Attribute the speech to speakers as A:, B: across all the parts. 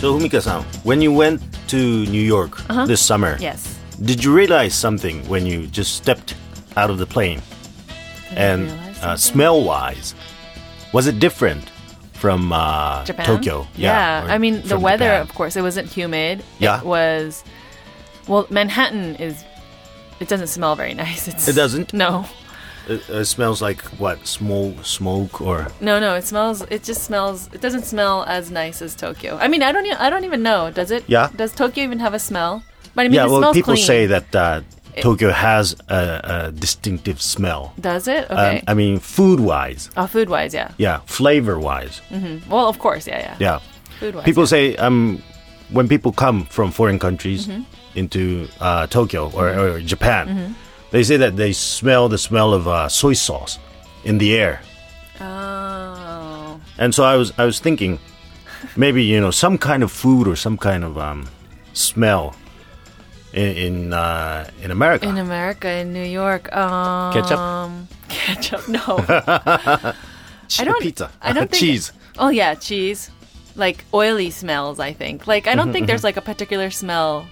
A: So Humika-san, when you went to New York
B: Uh-huh.
A: this summer,
B: Yes.
A: did you realize something when you just stepped out of the plane? And
B: realize
A: uh,
B: something?
A: smell-wise, was it different from uh,
B: Japan.
A: Tokyo?
B: Yeah.
A: or
B: I mean, the
A: from
B: weather,
A: Japan?
B: of course, it wasn't humid.
A: Yeah.
B: It was. Well, Manhattan is. It doesn't smell very nice. It's,
A: It doesn't?
B: No.
A: It, it smells like what? Small smoke or
B: No, no. It smells. It just smells. It doesn't smell as nice as Tokyo. I mean, I don't. e- I don't even know. Does it?
A: Yeah.
B: Does Tokyo even have a smell? But I mean,
A: yeah.
B: it
A: Well,
B: smells
A: people
B: clean.
A: say that uh, Tokyo has a, a distinctive smell.
B: Does it?
A: Um,
B: Okay.
A: I mean, food-wise,
B: oh, food wise, yeah.
A: yeah. Flavor-wise,
B: Well, of course, yeah, yeah.
A: yeah.
B: Food wise.
A: People say um, when people come from foreign countries
B: Mm-hmm.
A: into uh, Tokyo or, or Japan, they say that they smell the smell of uh, soy sauce in the air.
B: Oh.
A: And so I was I was thinking, maybe you know some kind of food or some kind of um, smell in in, uh, in America.
B: In um, America, in New York, um,
A: Ketchup?
B: Ketchup? No.
A: Che-
B: I don't-
A: pizza.
B: I don't think-
A: cheese.
B: oh yeah, cheese. Like oily smells, I think. Like I don't think there's like a particular smell,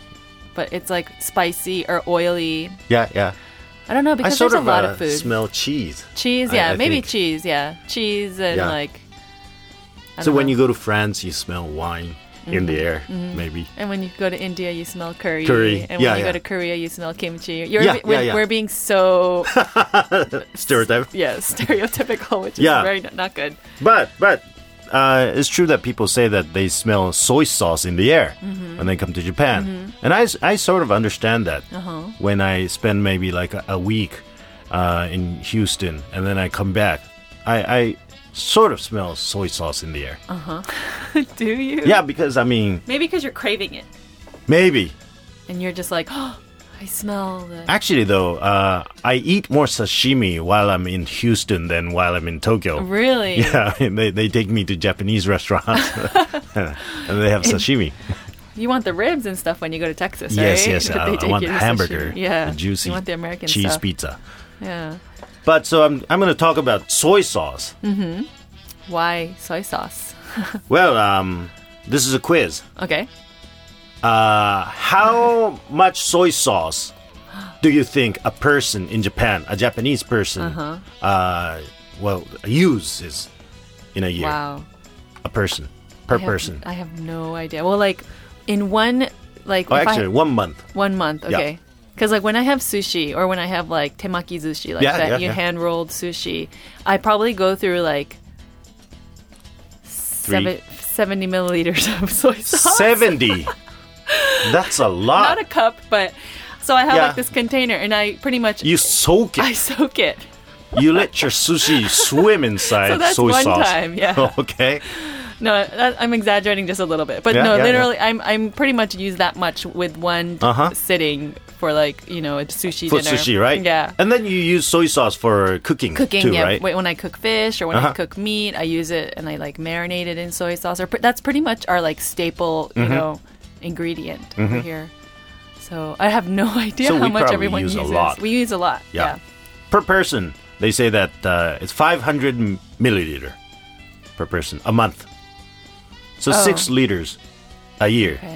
B: but it's like spicy or oily.
A: Yeah, yeah.
B: I don't know
A: I
B: because
A: sort
B: there's
A: of
B: a lot
A: uh,
B: of food.
A: smell cheese.
B: cheese,
A: I-
B: yeah,
A: I
B: maybe
A: think.
B: cheese, yeah, cheese and
A: Yeah.
B: like. I
A: So
B: don't
A: when
B: know. Mm-hmm.
A: you go to France, you smell wine in the air, maybe.
B: And when you go to India, you smell curry.
A: Curry, yeah,
B: And when you
A: yeah.
B: go to Korea, you smell kimchi. You're,
A: Yeah,
B: we-
A: yeah, yeah.
B: We're being so
A: Stereotype.
B: yeah stereotypical, which is
A: Yeah.
B: very n- not good.
A: But but uh, it's true that people say that they smell soy sauce in the air when they come to Japan, and I, s- I sort of understand that when I spend maybe like a, a week uh, in Houston and then I come back, I, I sort of smell soy sauce in the air.
B: Do you?
A: Yeah, because I mean
B: Maybe because you're craving it.
A: maybe
B: And you're just like, oh, I smell the.
A: actually though uh, I eat more sashimi while I'm in Houston than while I'm in Tokyo.
B: Really?
A: Yeah, they, they take me to Japanese restaurants and they have sashimi.
B: You want the ribs and stuff when you go to Texas, right?
A: Yes, yes.
B: But
A: I, I
B: they take
A: want
B: you
A: the
B: to sushi.
A: hamburger,
B: Yeah.
A: the juicy
B: You want the American
A: cheese
B: stuff.
A: pizza.
B: Yeah.
A: But so I'm, I'm going to talk about soy sauce.
B: Mm. Why soy sauce?
A: Well, um, this is a quiz.
B: Okay.
A: Uh, how much soy sauce do you think a person in Japan, a Japanese person, uh
B: Uh-huh.
A: well, uses in a year?
B: Wow.
A: A person per
B: I have-
A: person.
B: I have no idea. Well, like in one, like
A: Oh,
B: if I-
A: actually, one month.
B: one month.
A: Yeah.
B: Okay. Because like when I have sushi or when I have like temaki sushi, like
A: Yeah,
B: that
A: yeah,
B: you
A: yeah.
B: hand rolled sushi, I probably go through like seven, 70 milliliters of soy sauce.
A: Seventy. That's a lot.
B: not a cup, but so I have
A: Yeah.
B: like this container, and I pretty much
A: you soak it.
B: I soak it.
A: You let your sushi swim inside
B: So that's
A: soy
B: one
A: sauce.
B: time, yeah.
A: okay.
B: No, that, I'm exaggerating just a little bit, but
A: Yeah,
B: no,
A: yeah,
B: literally, I'm I'm pretty much use that much with one
A: Uh-huh.
B: sitting for like you know a sushi
A: For
B: dinner.
A: sushi, right?
B: Yeah.
A: And then you use soy sauce for cooking,
B: Cooking,
A: too,
B: yeah.
A: right?
B: When when I cook fish or when I
A: Uh-huh.
B: cook meat, I use it and I like marinate it in soy sauce. Or pr- that's pretty much our like staple,
A: Mm-hmm.
B: you know, ingredient over here. So I have no idea
A: So
B: how
A: we
B: much
A: probably
B: everyone
A: use a
B: uses.
A: lot.
B: We use a lot.
A: Yeah. Per person, they say that uh, it's 500 m- milliliter per person a month. So
B: Oh.
A: six liters a year.
B: yeah.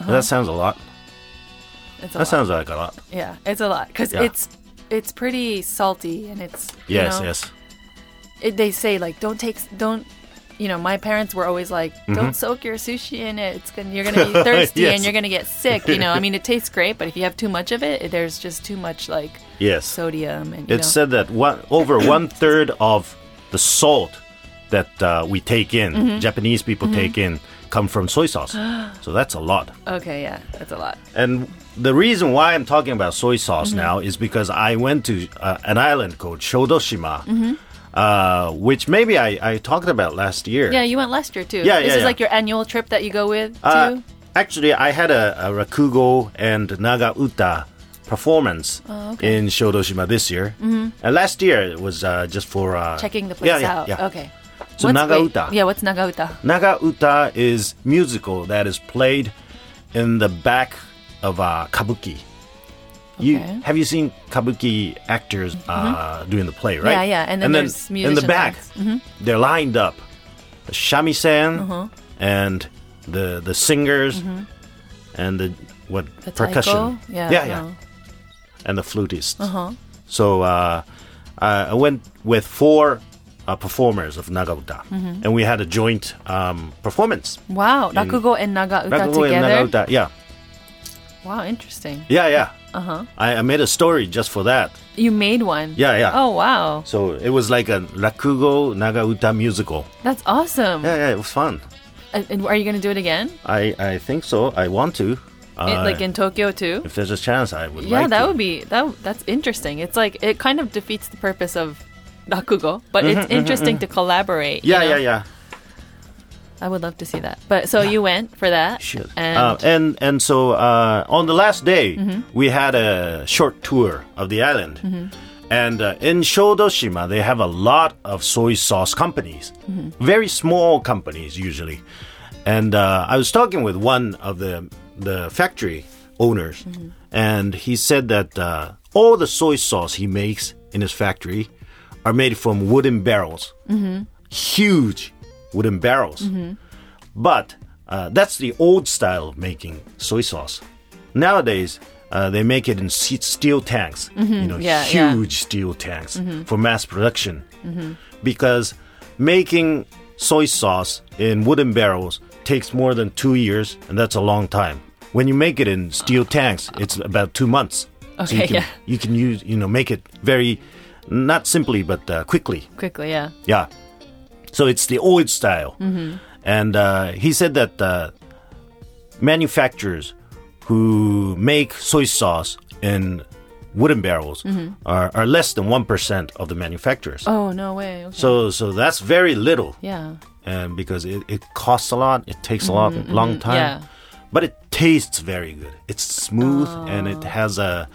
B: Okay.
A: That sounds a lot.
B: It's
A: that
B: a lot.
A: sounds like a lot.
B: Yeah, it's a lot because
A: Yeah.
B: it's it's pretty salty and it's you
A: Yes,
B: know,
A: yes.
B: It, they say like don't take don't you know my parents were always like don't soak your sushi in it. It's gonna you're gonna be thirsty
A: Mm-hmm. Yes.
B: and you're gonna get sick. You know, I mean it tastes great, but if you have too much of it, it- there's just too much like
A: Yes.
B: sodium and you
A: It said that one, over one third of the salt that uh, we take in,
B: Mm-hmm.
A: Japanese people take in, come from soy sauce. so that's a lot.
B: know. Okay, yeah, that's a lot.
A: And the reason why I'm talking about soy sauce
B: Mm-hmm.
A: now is because I went to uh, an island called Shodoshima,
B: Mm-hmm.
A: uh, which maybe I, I talked about last year.
B: Yeah, you went last year too.
A: Yeah,
B: this
A: yeah,
B: is
A: yeah.
B: like your annual trip that you go with
A: Uh,
B: too.
A: actually, I had a, a rakugo and naga uta performance
B: Oh,
A: in Shodoshima this year. And last year it was uh, just for uh,
B: Mm-hmm. Checking the place
A: yeah, yeah,
B: out.
A: Yeah.
B: Okay.
A: So
B: What's- wait,
A: nagauta.
B: Yeah, what's nagauta?
A: Naga uta is musical that is played in the back of uh, kabuki. You
B: Okay. Mm-hmm.
A: have you seen kabuki actors uh, doing the play, right?
B: Yeah, yeah, and then there's Mm-hmm.
A: in the
B: musicians. Mm-hmm.
A: back, they're lined up, the shamisen and the the singers and the what
B: The
A: percussion.
B: taiko? Yeah,
A: yeah,
B: I know.
A: and the flutists.
B: Uh-huh.
A: So uh, I I went with four uh, performers of Nagauta,
B: Mm-hmm.
A: and we had a joint um, performance.
B: Wow, rakugo and nagauta
A: Rakugo and
B: together.
A: Nagauta, yeah,
B: Wow, interesting.
A: yeah, yeah.
B: Uh-huh.
A: I, I made a story just for that.
B: You made one.
A: Yeah, yeah.
B: Oh wow,
A: So it was like a Rakugo Nagauta musical.
B: that's awesome.
A: Yeah, yeah, it was fun.
B: And- Uh, And are you gonna do it again?
A: I, I think so. I want to. Uh,
B: It- like in Tokyo too?
A: if there's a chance, I would
B: Yeah,
A: like
B: that
A: to.
B: would be that. That's interesting. It's like it kind of defeats the purpose of rakugo, but it's interesting to collaborate. you
A: Mm-hmm, Yeah,
B: know?
A: yeah, yeah.
B: I would love to see that. But so you went for that,
A: Shit.
B: and Mm-hmm.
A: Uh, and and so uh, on the last day, we had a short tour of the island. And uh, in Shodoshima, they have a lot of soy sauce companies,
B: Mm-hmm.
A: very small companies usually. And uh, I was talking with one of the the factory owners,
B: Mm-hmm.
A: and he said that uh, all the soy sauce he makes in his factory are made from wooden barrels, huge wooden barrels. But uh, that's the old style of making soy sauce. Nowadays, uh, they make it in se- steel tanks, you know,
B: yeah, yeah.
A: huge steel tanks for mass production. Because making soy sauce in wooden barrels takes more than two years, and that's a long time. When you make it in steel tanks, it's about two months. so you
B: Okay,
A: can,
B: yeah.
A: you can use, you know, make it very, not simply, but uh, quickly.
B: quickly, yeah.
A: Yeah. So it's the old style. And uh, he said that uh, manufacturers who make soy sauce in wooden barrels are, are less than 1% of the manufacturers.
B: Oh no way. Okay.
A: So, so that's very little
B: yeah.
A: um, because it, it costs a lot, it takes a lot, long time.
B: yeah.
A: But it tastes very good. It's smooth and it has a,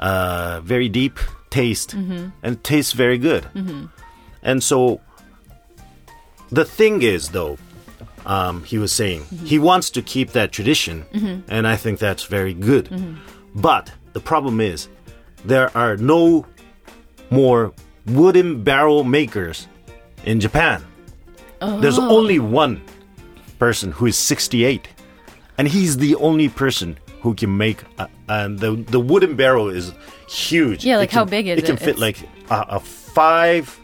A: a very deep taste and it tastes very good. And so the thing is, though, um, he was saying he wants to keep that tradition, and I think that's very good. But the problem is, there are no more wooden barrel makers in Japan. There's
B: Oh.
A: only one person who is 68, and he's the only person who can make. A, and the the wooden barrel is huge.
B: Yeah, like
A: can-
B: how big is
A: it? can
B: it?
A: fit
B: It's-
A: like a, a five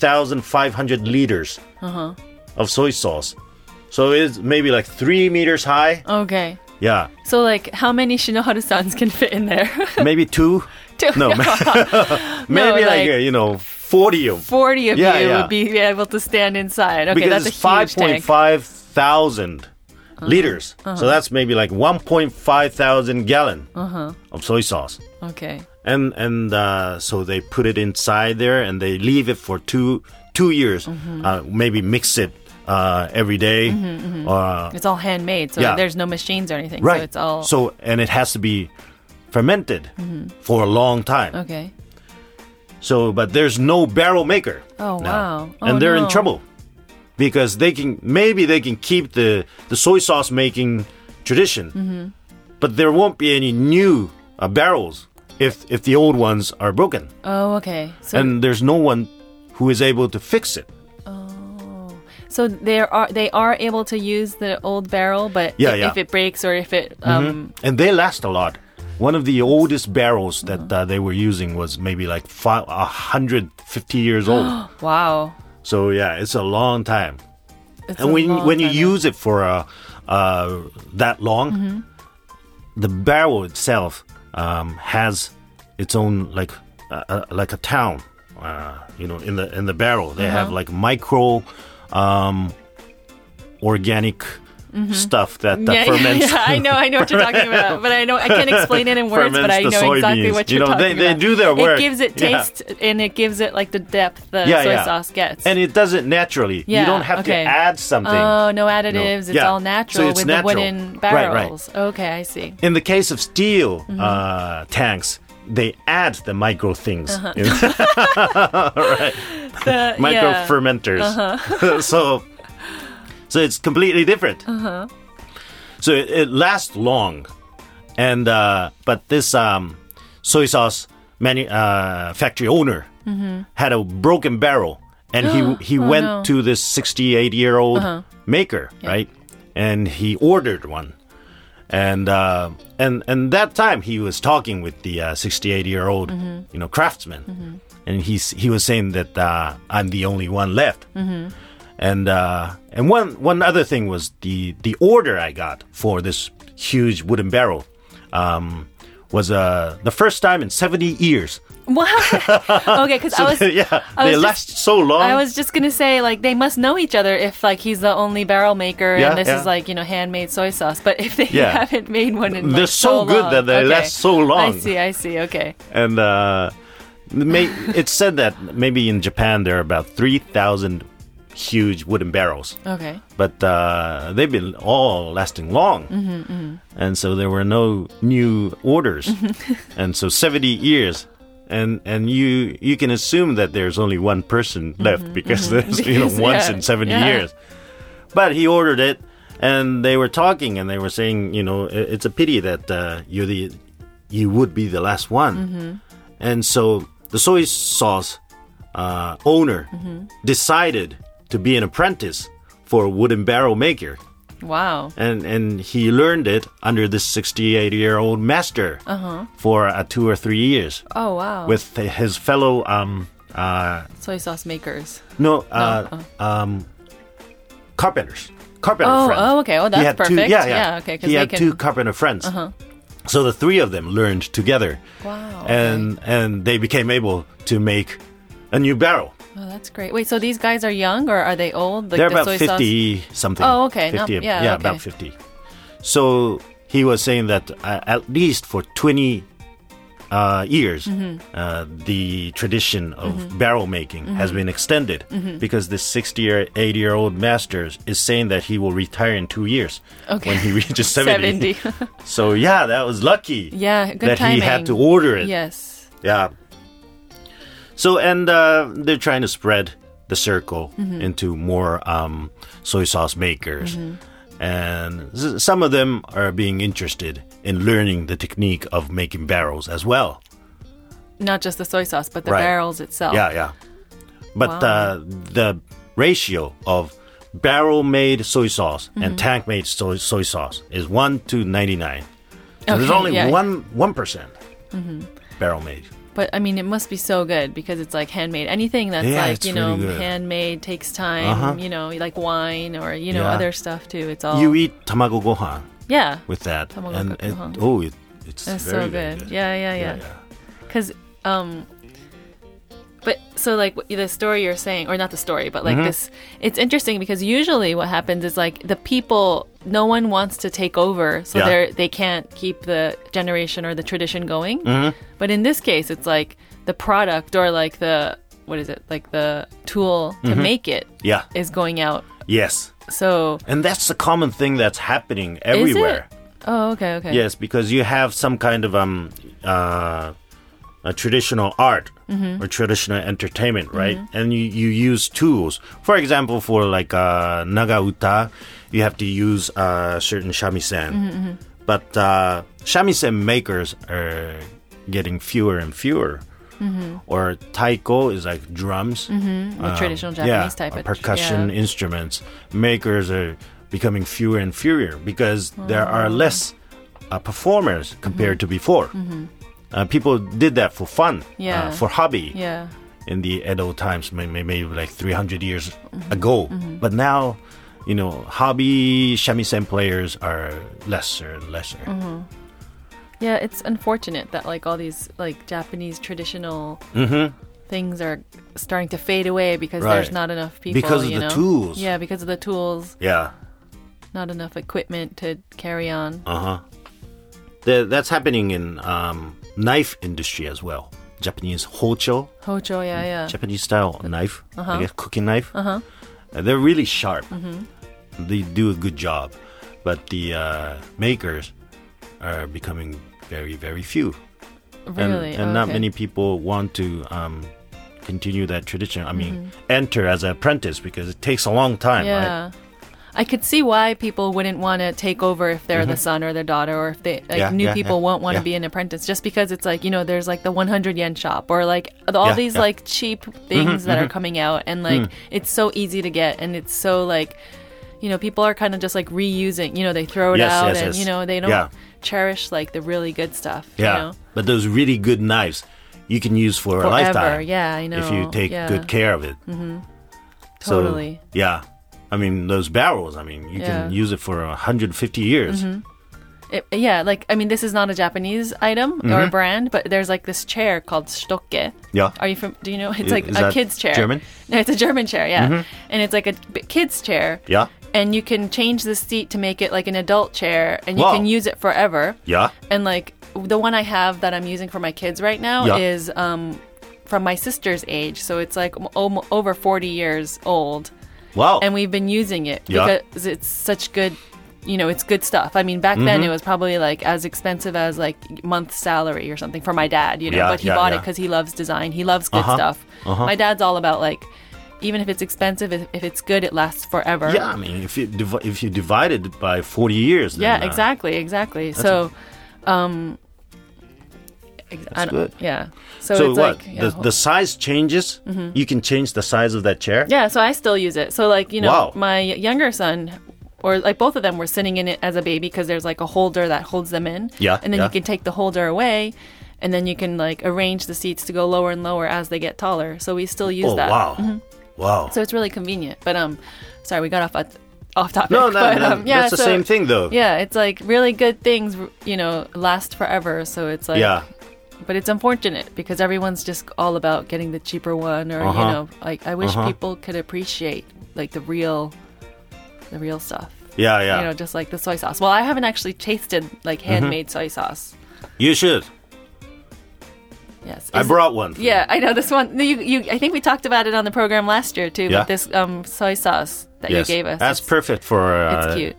A: thousand five hundred liters
B: Uh-huh.
A: of soy sauce. So it's maybe like three meters high.
B: Okay.
A: Yeah,
B: So like, how many Shinoharu sans can fit in there?
A: maybe two.
B: Two-
A: No, maybe like,
B: like-
A: uh, you know forty of
B: Forty of
A: Yeah,
B: you
A: yeah.
B: would be able to stand inside. Okay,
A: because
B: that's
A: it's
B: a huge
A: five point
B: tank. Uh-huh.
A: five thousand liters. So that's maybe like one point five thousand gallon
B: Uh-huh.
A: of soy sauce.
B: Okay.
A: and and uh, so they put it inside there and they leave it for two two years
B: Mm-hmm.
A: uh, maybe mix it uh, every day. Uh,
B: It's all handmade, so
A: Yeah.
B: there's no machines or anything.
A: right
B: Mm-hmm, So it's all Mm-hmm.
A: So- and it has to be fermented for a long time
B: okay.
A: so but there's no barrel maker
B: Oh, wow. Oh,
A: and they're in
B: no.
A: trouble because they can maybe they can keep the the soy sauce making tradition
B: Mm-hmm.
A: but there won't be any new uh, barrels if if the old ones are broken
B: Oh, okay. So
A: and there's no one who is able to fix it.
B: so they are they are able to use the old barrel, but
A: Yeah,
B: i-
A: yeah.
B: if it breaks or if it um
A: And they last a lot. One of the oldest
B: Oh.
A: barrels that uh, they were using was maybe like fi- a 150 years old.
B: wow.
A: so yeah, it's a long time.
B: It's
A: and
B: a
A: when
B: long
A: when you
B: time.
A: use it for uh, uh, that long,
B: Mm-hmm.
A: the barrel itself um, has its own like uh, uh, like a town. Uh, you know, in the in the barrel, they
B: Uh-huh.
A: have like micro um, organic stuff that, that
B: Mm-hmm. yeah, yeah,
A: ferments.
B: yeah, I know, I know what you're talking about, but I know I can't explain it in words, but
A: Ferments
B: I
A: the
B: know exactly
A: soybeans.
B: what
A: You
B: you're
A: know, they-
B: talking
A: they
B: about.
A: do their work.
B: It gives it
A: Yeah.
B: taste, and it gives it like the depth the
A: Yeah,
B: soy
A: yeah.
B: sauce gets.
A: and it does it naturally. you
B: Yeah,
A: don't have
B: okay.
A: to add something.
B: oh, no additives. It's
A: Yeah.
B: all
A: So
B: natural
A: it's
B: with
A: natural.
B: the wooden
A: Right, right.
B: barrels. Okay, I see.
A: in the case of steel
B: Mm-hmm.
A: uh, tanks, they add the micro things,
B: Uh-huh.
A: you know,
B: The-
A: micro
B: yeah. Uh-huh.
A: fermenters. so, so it's completely different.
B: Uh-huh.
A: So it, it lasts long, and uh, but this um, soy sauce manu- uh, factory owner had a broken barrel, and he he went
B: Mm-hmm. Oh, no. Uh-huh.
A: to this 68 year old maker, right? and he ordered one. And uh, and and that time he was talking with the 68 year old
B: Mm-hmm.
A: you know craftsman, and he's he was saying that uh, I'm the only one left.
B: Mm-hmm.
A: And uh, and one one other thing was the the order I got for this huge wooden barrel um, was uh, the first time in 70 years.
B: What? okay, because I was
A: yeah,
B: I
A: they
B: was just-
A: last so long.
B: I was just gonna say like they must know each other if like he's the only barrel maker
A: Yeah,
B: and this
A: yeah.
B: is like you know handmade soy sauce. But if they
A: Yeah.
B: haven't made one in
A: They're
B: like,
A: so good
B: long-
A: that they
B: okay.
A: last so long.
B: I see. I see. Okay.
A: and uh, may, it's said that maybe in Japan there are about 3,000 huge wooden barrels,
B: Okay.
A: but uh, they've been all lasting long.
B: Mm-hmm,
A: And so there were no new orders.
B: Mm-hmm.
A: and so 70 years. And and you you can assume that there's only one person left because there's you know
B: Mm-hmm,
A: once
B: Because, yeah,
A: in 70
B: yeah.
A: years. But he ordered it and they were talking and they were saying, you know, "I- it's a pity that uh, you're the you would be the last one.
B: Mm-hmm.
A: And so the soy sauce uh, owner decided to be an apprentice for a wooden barrel maker.
B: Wow.
A: And, and he learned it under this 68 year old master
B: Uh-huh.
A: for uh, two or three years
B: Oh wow.
A: with his fellow, um, uh,
B: soy sauce makers.
A: no, uh, um, carpenters. Carpenter
B: Oh,
A: friends.
B: oh, okay. Oh, that's
A: he had Two,
B: perfect.
A: yeah, yeah.
B: Yeah, okay, 'cause
A: He
B: they
A: had
B: can- Uh-huh.
A: two carpenter friends. So the three of them learned together
B: Wow.
A: and and they became able to make a new barrel.
B: Oh, that's great. Wait, so these guys are young or are they old? Like
A: They're
B: the
A: about
B: soy Sauce?
A: fifty something.
B: Oh, okay, not-
A: Fifty,
B: yeah, okay.
A: about fifty. So he was saying that uh, at least for twenty uh, years,
B: Mm-hmm.
A: uh, the tradition of barrel making has
B: Mm-hmm.
A: been extended because this sixty or eighty year old master is saying that he will retire in two years
B: Okay.
A: when he reaches seventy.
B: 70.
A: so yeah, that was lucky.
B: yeah. Good
A: that
B: timing.
A: he had to order it.
B: Yes.
A: Yeah. So and uh, they're trying to spread the circle
B: Mm-hmm.
A: into more um, soy sauce makers,
B: Mm-hmm.
A: and s- some of them are being interested in learning the technique of making barrels as well.
B: Not just the soy sauce, but the
A: Right.
B: barrels itself.
A: Yeah, yeah. But
B: Oh. Wow.
A: uh, the ratio of barrel made soy sauce
B: Mm-hmm.
A: and tank made soy, soy sauce is one to ninety nine. So there's
B: Okay,
A: only
B: yeah. Mm-hmm.
A: one one barrel made.
B: But I mean, it must be so good because it's like handmade. Anything that's
A: Yeah,
B: like
A: it's
B: you know
A: really good. Uh-huh.
B: handmade takes time. You know, like wine or you know
A: Yeah.
B: other stuff too. It's all
A: You eat tamago gohan.
B: yeah.
A: with that,
B: Tamago
A: and
B: koko,
A: it,
B: huh?
A: oh, it, it's
B: uh-huh. That's
A: very,
B: so
A: very
B: good. Yeah, yeah, yeah. Because um, but so like what- the story you're saying, or not the story, but
A: Mm-hmm.
B: like this, it's interesting because usually what happens is like the people, no one wants to take over, so
A: Yeah.
B: they're they can't keep the generation or the tradition going.
A: Mm-hmm.
B: But in this case, it's like the product or like the what is it like the tool to
A: Mm-hmm.
B: make it
A: Yeah.
B: is going out.
A: Yes,
B: So
A: and that's a common thing that's happening everywhere.
B: oh okay okay
A: Yes, because you have some kind of um, uh, a traditional art or traditional entertainment, right? And you, you use tools. For example, for like uh, naga uta, you have to use uh, certain shamisen. But uh, shamisen makers are getting fewer and fewer. Or taiko is like drums.
B: Mm, the traditional
A: Um,
B: Japanese
A: yeah,
B: type
A: uh,
B: of
A: percussion
B: yeah.
A: instruments makers are becoming fewer and fewer because there are
B: Oh.
A: less uh, performers
B: Mm-hmm.
A: compared to before. Uh, people did that for fun,
B: Yeah.
A: uh, for hobby
B: yeah.
A: in the Edo times, may- may- maybe like 300 years
B: Mm-hmm.
A: ago. But now, you know, hobby shamisen players are lesser and lesser.
B: Mm-hmm. Yeah, it's unfortunate that like all these like Japanese traditional
A: Mm-hmm.
B: things are starting to fade away because there's
A: Right.
B: not enough people.
A: Because of
B: you
A: the
B: know?
A: tools.
B: Yeah, because of the tools,
A: Yeah.
B: not enough equipment to carry on.
A: Uh huh. that's happening in um, knife industry as well. Japanese hocho,
B: Hojo,
A: Mm,
B: yeah, Oh, yeah.
A: Japanese style knife, I guess cooking knife. Uh-huh. they're really sharp.
B: Mm-hmm.
A: They do a good job, but the uh, makers are becoming very, very few, and,
B: really, Oh,
A: and not
B: Okay.
A: many people want to um, continue that tradition. I mean, enter as an apprentice because it takes a long time, right?
B: Mm-hmm. Yeah. I could see why people wouldn't want to take over if they're the son or their daughter, or if they like
A: Mm-hmm. Yeah,
B: new
A: yeah,
B: people
A: yeah,
B: won't want to
A: yeah.
B: be an apprentice, just because it's like you know there's like the 100 yen shop or like th- all
A: Yeah,
B: these
A: yeah. Mm-hmm, Mm.
B: like cheap things that are coming out, and like it's so easy to get, and it's so like you know, people are kind of just like reusing. You know, they throw it
A: Yes,
B: out,
A: yes,
B: and
A: yes.
B: you know, they don't
A: Yeah.
B: cherish like the really good stuff.
A: Yeah.
B: You know?
A: But those really good knives you can use for a
B: Forever.
A: lifetime.
B: Yeah, I know.
A: If you take
B: Yeah. Mm-hmm.
A: good care of it. So,
B: Totally.
A: yeah. I mean, those barrels, I mean, you
B: Yeah. Mm-hmm.
A: can use it for 150 years.
B: It- yeah, like I mean, this is not a Japanese item
A: Mm-hmm.
B: or brand, but there's like this chair called Stocke.
A: Yeah.
B: Are you from? Do you know? It's
A: I-
B: like
A: is
B: a
A: that
B: kid's chair.
A: German? Mm-hmm.
B: No, it's a German chair. Yeah, and it's like a b- kid's chair.
A: Yeah.
B: And you can change the seat to make it like an adult chair, and you
A: Wow.
B: can use it forever.
A: Yeah.
B: And like the one I have that I'm using for my kids right now
A: Yeah.
B: is um, from my sister's age, so it's like om- over 40 years old
A: Wow.
B: and we've been using it
A: Yeah.
B: because it's such good you know it's good stuff i mean back
A: Mm-hmm.
B: then it was probably like as expensive as like month's salary or something for my dad you know
A: Yeah,
B: but he
A: yeah,
B: bought it
A: yeah.
B: because he loves design he loves good
A: Uh-huh,
B: stuff my dad's all about like even if it's expensive if, if it's good it lasts forever
A: yeah, I mean, if you div- if you divide it by 40 years, then,
B: yeah
A: uh,
B: exactly exactly so um ex- I don't-
A: good.
B: yeah so,
A: So,
B: it's
A: what?
B: like yeah,
A: the,
B: ho-
A: the size changes. You can change the size of that chair.
B: Yeah, so I still use it. So like you know,
A: Wow.
B: my younger son, or like both of them were sitting in it as a baby because there's like a holder that holds them in.
A: Yeah,
B: and then
A: yeah.
B: you can take the holder away, and then you can like arrange the seats to go lower and lower as they get taller. So we still use
A: oh
B: that. Mm-hmm.
A: wow, wow.
B: So it's really convenient. But um, sorry, we got off at, off topic.
A: no, no,
B: but,
A: no,
B: um, yeah,
A: that's the
B: so-
A: same thing though.
B: Yeah, it's like really good things, you know, last forever. So it's like
A: yeah,
B: but it's unfortunate because everyone's just all about getting the cheaper one or you
A: Uh-huh.
B: know like i wish people could appreciate like the real the real stuff
A: yeah, yeah. Mm-hmm.
B: you know just like the soy sauce well i haven't actually tasted like handmade soy sauce
A: You should.
B: yes
A: I
B: Is-
A: brought one. for you.
B: yeah i know this one you, you i think we talked about it on the program last year too
A: Yeah.
B: but this um soy sauce that
A: Yes.
B: you gave us
A: That's
B: it's,
A: perfect for uh,
B: it's cute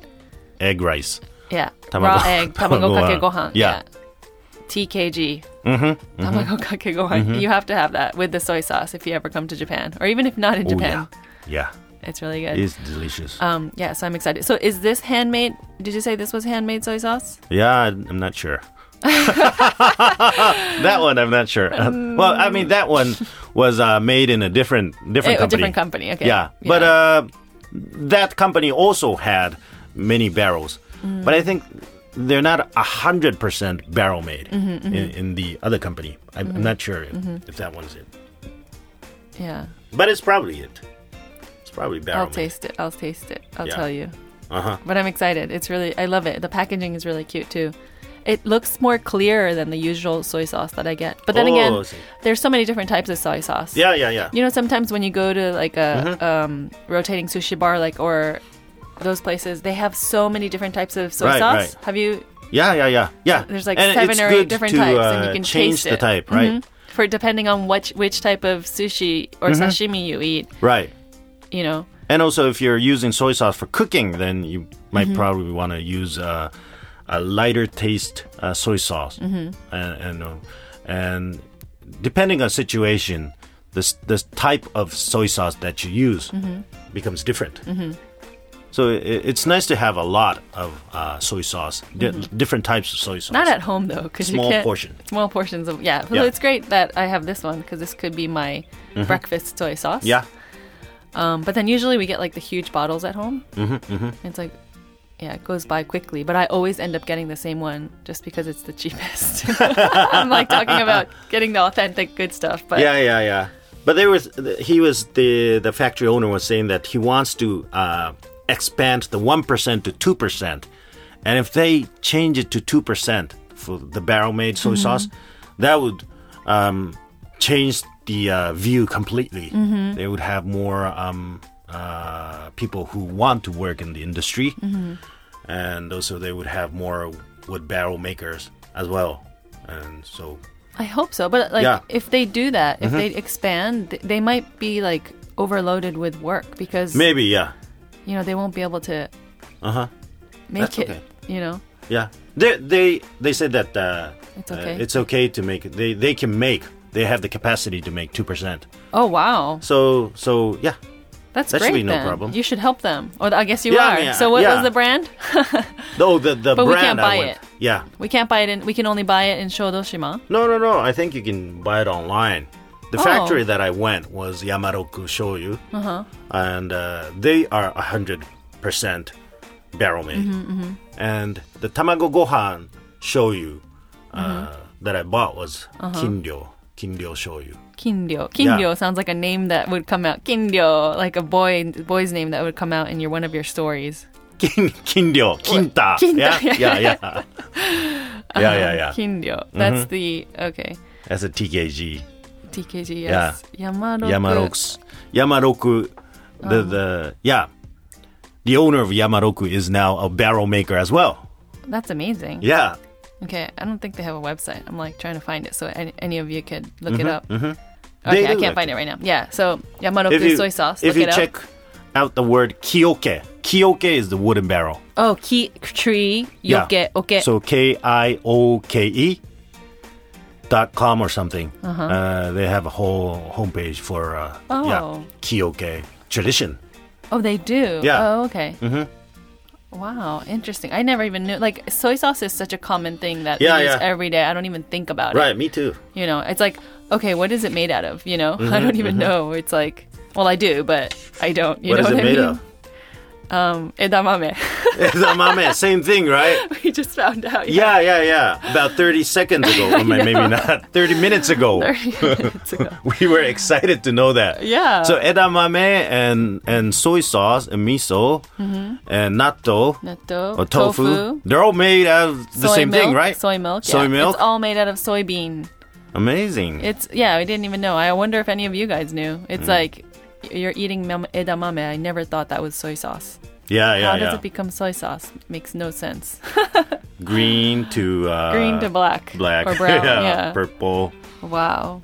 A: egg rice.
B: yeah
A: Tamago-
B: raw egg tamago kake
A: tamago, uh,
B: gohan
A: yeah.
B: TKG. Mm-hmm, Tamago kake gohan.
A: Mm-hmm.
B: You have to have that with the soy sauce if you ever come to Japan, or even if not in
A: Oh yeah,
B: Japan.
A: yeah.
B: It's really good.
A: It's delicious.
B: um, yeah, so I'm excited. So is this handmade? Did you say this was handmade soy sauce?
A: Yeah, I- I'm not sure. that one, I'm not sure. Uh, well, I mean, that one was uh, made in a different different company.
B: A- a Eh, oh, different company, okay.
A: Yeah, but
B: Yeah.
A: uh, that company also had many barrels,
B: Mm-hmm.
A: but I think they're not a hundred percent barrel made
B: Mm-hmm,
A: In, in the other company. I'm I'm not sure if, if that one's it,
B: Yeah,
A: but it's probably it. It's probably barrel
B: I'll
A: made.
B: taste it. I'll taste it. I'll
A: Yeah.
B: tell you.
A: Uh-huh.
B: But I'm excited. It's really, I love it. The packaging is really cute too. It looks more clear than the usual soy sauce that I get. But then
A: Oh, I
B: again,
A: see.
B: there's so many different types of soy sauce.
A: Yeah, yeah, yeah.
B: You know, sometimes when you go to like a
A: Mm-hmm.
B: um, rotating sushi bar, like or those places, they have so many different types of soy
A: Right,
B: sauce.
A: right.
B: Have you
A: Yeah, yeah, yeah, yeah.
B: There's like
A: And
B: seven
A: it's
B: or
A: good
B: eight different
A: to,
B: types, and you
A: uh,
B: can
A: change
B: taste
A: the
B: it.
A: type, right?
B: Mhm. For depending on which which type of sushi or
A: Mm-hmm.
B: sashimi you eat,
A: Right.
B: you know.
A: And also, if you're using soy sauce for cooking, then you might
B: Mm-hmm.
A: probably want to use uh, a lighter taste uh, soy sauce. Mm-hmm. And and, uh, and depending on situation, this this type of soy sauce that you use
B: Mm-hmm.
A: becomes different. So i it's nice to have a lot of uh, soy sauce, di- different types of soy sauce.
B: Mm-hmm. Not at home though, because you
A: Small
B: can't
A: portion.
B: small portions of yeah. So
A: Yeah. Mm-hmm.
B: it's great that I have this one because this could be my breakfast soy sauce.
A: yeah,
B: Um, but then usually we get like the huge bottles at home. Mm-hmm, It's like. Yeah, it goes by quickly, but I always end up getting the same one just because it's the cheapest. I'm like talking about getting the authentic good stuff, but
A: yeah, yeah, yeah. But there was he was the the factory owner was saying that he wants to uh, expand the one percent to two percent, and if they change it to two percent for the barrel made soy sauce, that would um, change the uh, view completely. They would have more um, uh, people who want to work in the industry, and also they would have more wood barrel makers as well, and so.
B: I hope so. But like,
A: Yeah. Mm-hmm.
B: if they do that, if they expand, th- they might be like overloaded with work because
A: Maybe, yeah.
B: you know they won't be able to
A: Uh-huh.
B: make
A: That's
B: it.
A: okay.
B: You know,
A: Yeah, they they they said that uh,
B: It's
A: uh,
B: okay.
A: it's okay to make. They they can make. They have the capacity to make two percent.
B: oh wow,
A: So so yeah,
B: that's
A: That
B: great.
A: should be no
B: then.
A: problem.
B: You should help them. Or I guess you
A: Yeah,
B: are.
A: yeah,
B: so what
A: yeah.
B: was the brand?
A: though the the
B: But we
A: brand
B: can't
A: I
B: buy
A: went-
B: it.
A: Yeah,
B: We can't buy it in. We can only buy it in Shodoshima.
A: no no no. I think you can buy it online. The
B: Oh.
A: factory
B: Uh-huh.
A: that I went was Yamaroku Shoyu, and uh, they are hundred percent barrel made,
B: Mm-hmm,
A: and the tamago gohan shoyu uh,
B: Mm-hmm.
A: that I bought was
B: Uh-huh.
A: kinryo kinryo shoyu.
B: Kinryo. Kinryo sounds like a name that would come out. Kinryo, like a boy boy's name that would come out in your one of your stories.
A: Kin, kinryo, kinta.
B: kinta,
A: Yeah,
B: yeah.
A: yeah, yeah. yeah, yeah, Mm-hmm. yeah.
B: Kinryo. That's the okay.
A: That's a TKG.
B: TKG. Yes. Yamaroku.
A: Yamaroks. Yamaroku, the,
B: Uh-huh.
A: the, yeah. The owner of Yamaroku is now a barrel maker as well.
B: That's amazing.
A: Yeah.
B: Okay, I don't think they have a website. I'm like trying to find it so any, any of you could look it up.
A: Mm-hmm, They
B: Okay, I
A: do
B: can't
A: have
B: find it right now. Yeah, so Yamaroku soy sauce.
A: if
B: look
A: you
B: it
A: check
B: up.
A: out the word kioke, kioke is the wooden barrel.
B: Oh, ki tree
A: Yeah.
B: yoke oke.
A: So K I O K E dot com or something. Uh-huh. they have a whole homepage for uh, yeah,
B: Oh.
A: kioke tradition.
B: oh, they do.
A: Yeah.
B: Oh, okay. Mm-hmm. Wow, interesting. I never even knew. Like soy sauce is such a common thing that
A: Yeah,
B: we use
A: yeah.
B: every day. I don't even think about it.
A: Right, me too.
B: You know, it's like okay, what is it made out of? You know, I
A: Mm-hmm,
B: don't even know. It's like well, I do, but I don't. You
A: What
B: know
A: is
B: what
A: it
B: I
A: made
B: mean?
A: of?
B: Um, edamame.
A: Edamame, same thing, right?
B: we just found out.
A: Yeah, yeah, yeah. About 30 seconds ago, or may- maybe not 30 minutes ago.
B: minutes ago.
A: We were excited to know that.
B: Yeah.
A: So edamame and and soy sauce and miso and natto
B: Mm-hmm. Natto,
A: or tofu, they're all made out of the
B: soy
A: same
B: milk,
A: thing, right?
B: Soy milk.
A: Soy
B: yeah.
A: milk.
B: It's all made out of soybean.
A: Amazing.
B: It's yeah. I didn't even know. I wonder if any of you guys knew.
A: Mm-hmm.
B: It's like you're eating mem- edamame. I never thought that was soy sauce.
A: yeah, yeah,
B: How
A: yeah.
B: does it become soy sauce? Makes no sense.
A: Green to uh,
B: Green to black.
A: black
B: Or brown.
A: yeah,
B: yeah.
A: purple.
B: Wow.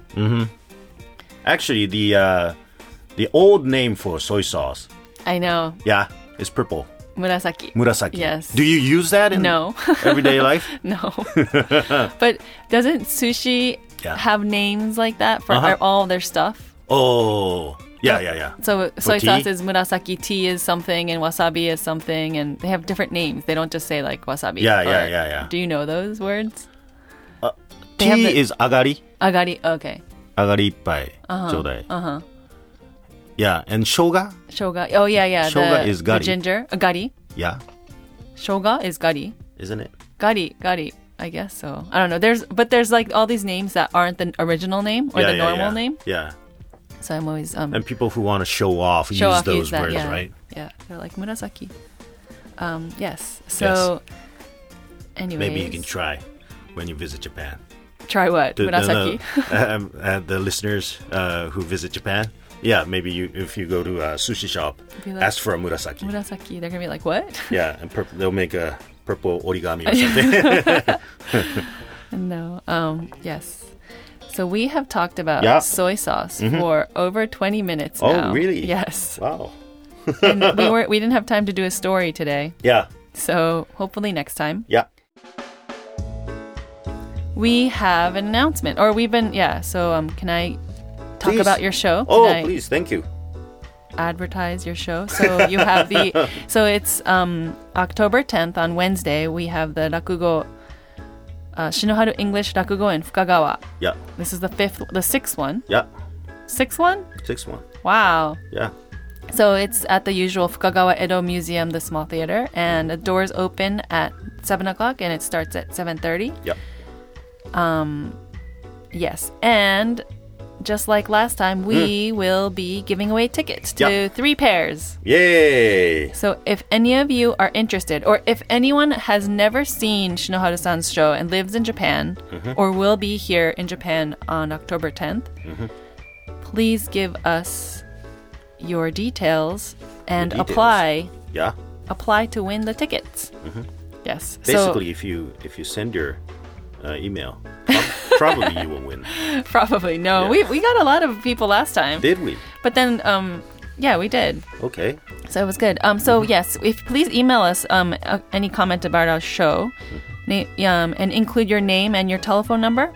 A: Actually, the uh, the old name for soy sauce,
B: I know.
A: yeah, is purple.
B: Murasaki.
A: Murasaki.
B: Yes.
A: Do you use that in
B: No.
A: everyday life?
B: no. but doesn't sushi
A: Yeah.
B: have names like that for
A: Uh-huh.
B: all their stuff?
A: Oh, yeah, yeah, yeah.
B: So soy
A: tea?
B: sauce is murasaki, tea is something, and wasabi is something, and they have different names. They don't just say like wasabi.
A: Yeah, yeah,
B: or-
A: yeah, yeah.
B: Do you know those words? They have
A: Tea
B: the-
A: is agari.
B: Agari. Okay.
A: Agari ippai. Uh-huh, uh-huh. Yeah, and shoga.
B: Shoga. Oh yeah, yeah.
A: Shoga
B: the,
A: is
B: the
A: gari.
B: ginger. Uh, gari.
A: Yeah,
B: Shoga is gari.
A: isn't it?
B: Gari. Gari. I guess so. I don't know. There's but there's like all these names that aren't the original name or
A: yeah,
B: the
A: yeah,
B: normal
A: yeah.
B: name.
A: Yeah.
B: So I'm always um
A: And people who want to show off
B: show
A: use
B: off
A: those
B: use that.
A: words,
B: yeah.
A: right?
B: Yeah. They're like murasaki. Um. Yes. So. Anyways,
A: Maybe you can try when you visit Japan.
B: try what
A: The, the-
B: murasaki.
A: the- um, uh, the listeners uh, who visit Japan. Yeah, maybe you if you go to a sushi shop,
B: Be like-
A: ask for a murasaki.
B: Murasaki. They're gonna be like, what?
A: yeah, and purp they'll make a purple origami or something.
B: no. Um. Yes. So we have talked about
A: Yeah. Mm-hmm.
B: soy sauce for over 20 minutes
A: Oh,
B: now.
A: really?
B: Yes.
A: wow.
B: And we were we didn't have time to do a story today.
A: Yeah,
B: So hopefully next time
A: yeah.
B: we have an announcement, or we've been yeah. So um, can I talk
A: Please.
B: about your show?
A: Oh,
B: Can I-
A: please, thank you.
B: advertise your show. So you have the so it's um, October 10th on Wednesday. We have the Rakugo uh, Shinoharu English Rakugo in Fukagawa.
A: Yeah,
B: This is the fifth, the sixth one,
A: yeah.
B: sixth one.
A: Six one.
B: Wow.
A: Yeah.
B: So it's at the usual Fukagawa Edo Museum, the small theater, and the doors open at seven o'clock, and it starts at seven thirty.
A: Yeah.
B: Yes, and just like last time,
A: Hmm.
B: we will be giving away tickets to
A: Yeah.
B: three pairs.
A: Yay!
B: So if any of you are interested, or if anyone has never seen Shinoharu-san's show and lives in Japan,
A: Mm-hmm.
B: or will be here in Japan on October 10th,
A: Mm-hmm.
B: please give us your details and
A: details.
B: apply
A: Yeah.
B: apply to win the tickets. Yes.
A: Basically, if you if you send your uh, email, prob- probably you will win.
B: so, probably no.
A: Yeah.
B: We we got a lot of people last time,
A: Did we?
B: but then um yeah we did.
A: Okay.
B: So it was good. Um, so
A: Mm-hmm.
B: yes, if please email us um, uh, any comment about our show,
A: Mm-hmm.
B: na- um, and include your name and your telephone number,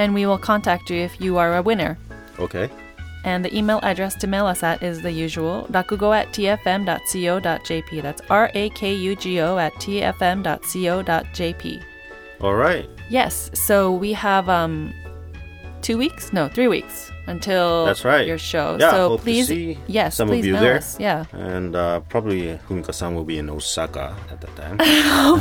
B: and we will contact you if you are a winner.
A: Okay.
B: And the email address to mail us at is the usual rakugo at tfm.co.jp. That's r a k u g o at tfm.co.jp.
A: All right.
B: Yes, so we have um, two weeks, no, three weeks until
A: That's right.
B: your show.
A: Yeah,
B: so
A: hope to
B: please,
A: see
B: yes,
A: some of
B: please
A: you
B: mail
A: there.
B: us. Yeah,
A: And uh, probably Hunka-san will be in Osaka at that time.
B: Oh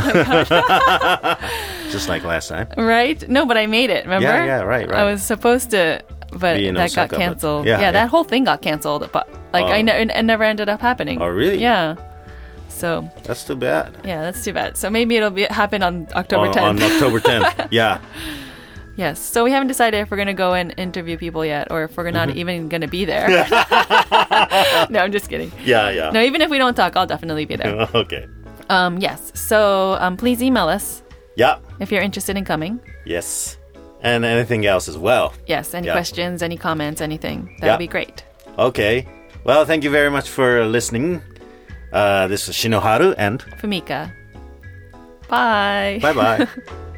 A: Just like last time.
B: right? No, but I made it. Remember?
A: Yeah, yeah, right, right.
B: I was supposed to, but
A: Be in
B: that
A: Osaka,
B: got
A: but-
B: canceled.
A: yeah, yeah.
B: that whole thing got canceled. But like, I
A: Oh.
B: ne- it never ended up happening.
A: Oh, really?
B: Yeah. So
A: That's too bad.
B: yeah, that's too bad. So maybe it'll be happen on October
A: on,
B: 10th.
A: on October 10th. yeah.
B: Yes. So we haven't decided if we're going to go and interview people yet or if we're not
A: Mm-hmm.
B: even going to be there. no, I'm just kidding.
A: Yeah, yeah.
B: No, even if we don't talk, I'll definitely be there.
A: okay.
B: Um, yes. So um, please email us
A: Yeah.
B: if you're interested in coming.
A: Yes. And anything else as well.
B: Yes. Any
A: Yeah.
B: questions, any comments, anything. That
A: Yeah.
B: would be great.
A: Okay. Well, thank you very much for listening. Uh, this is Shinoharu, and
B: Fumika. Bye.
A: bye bye.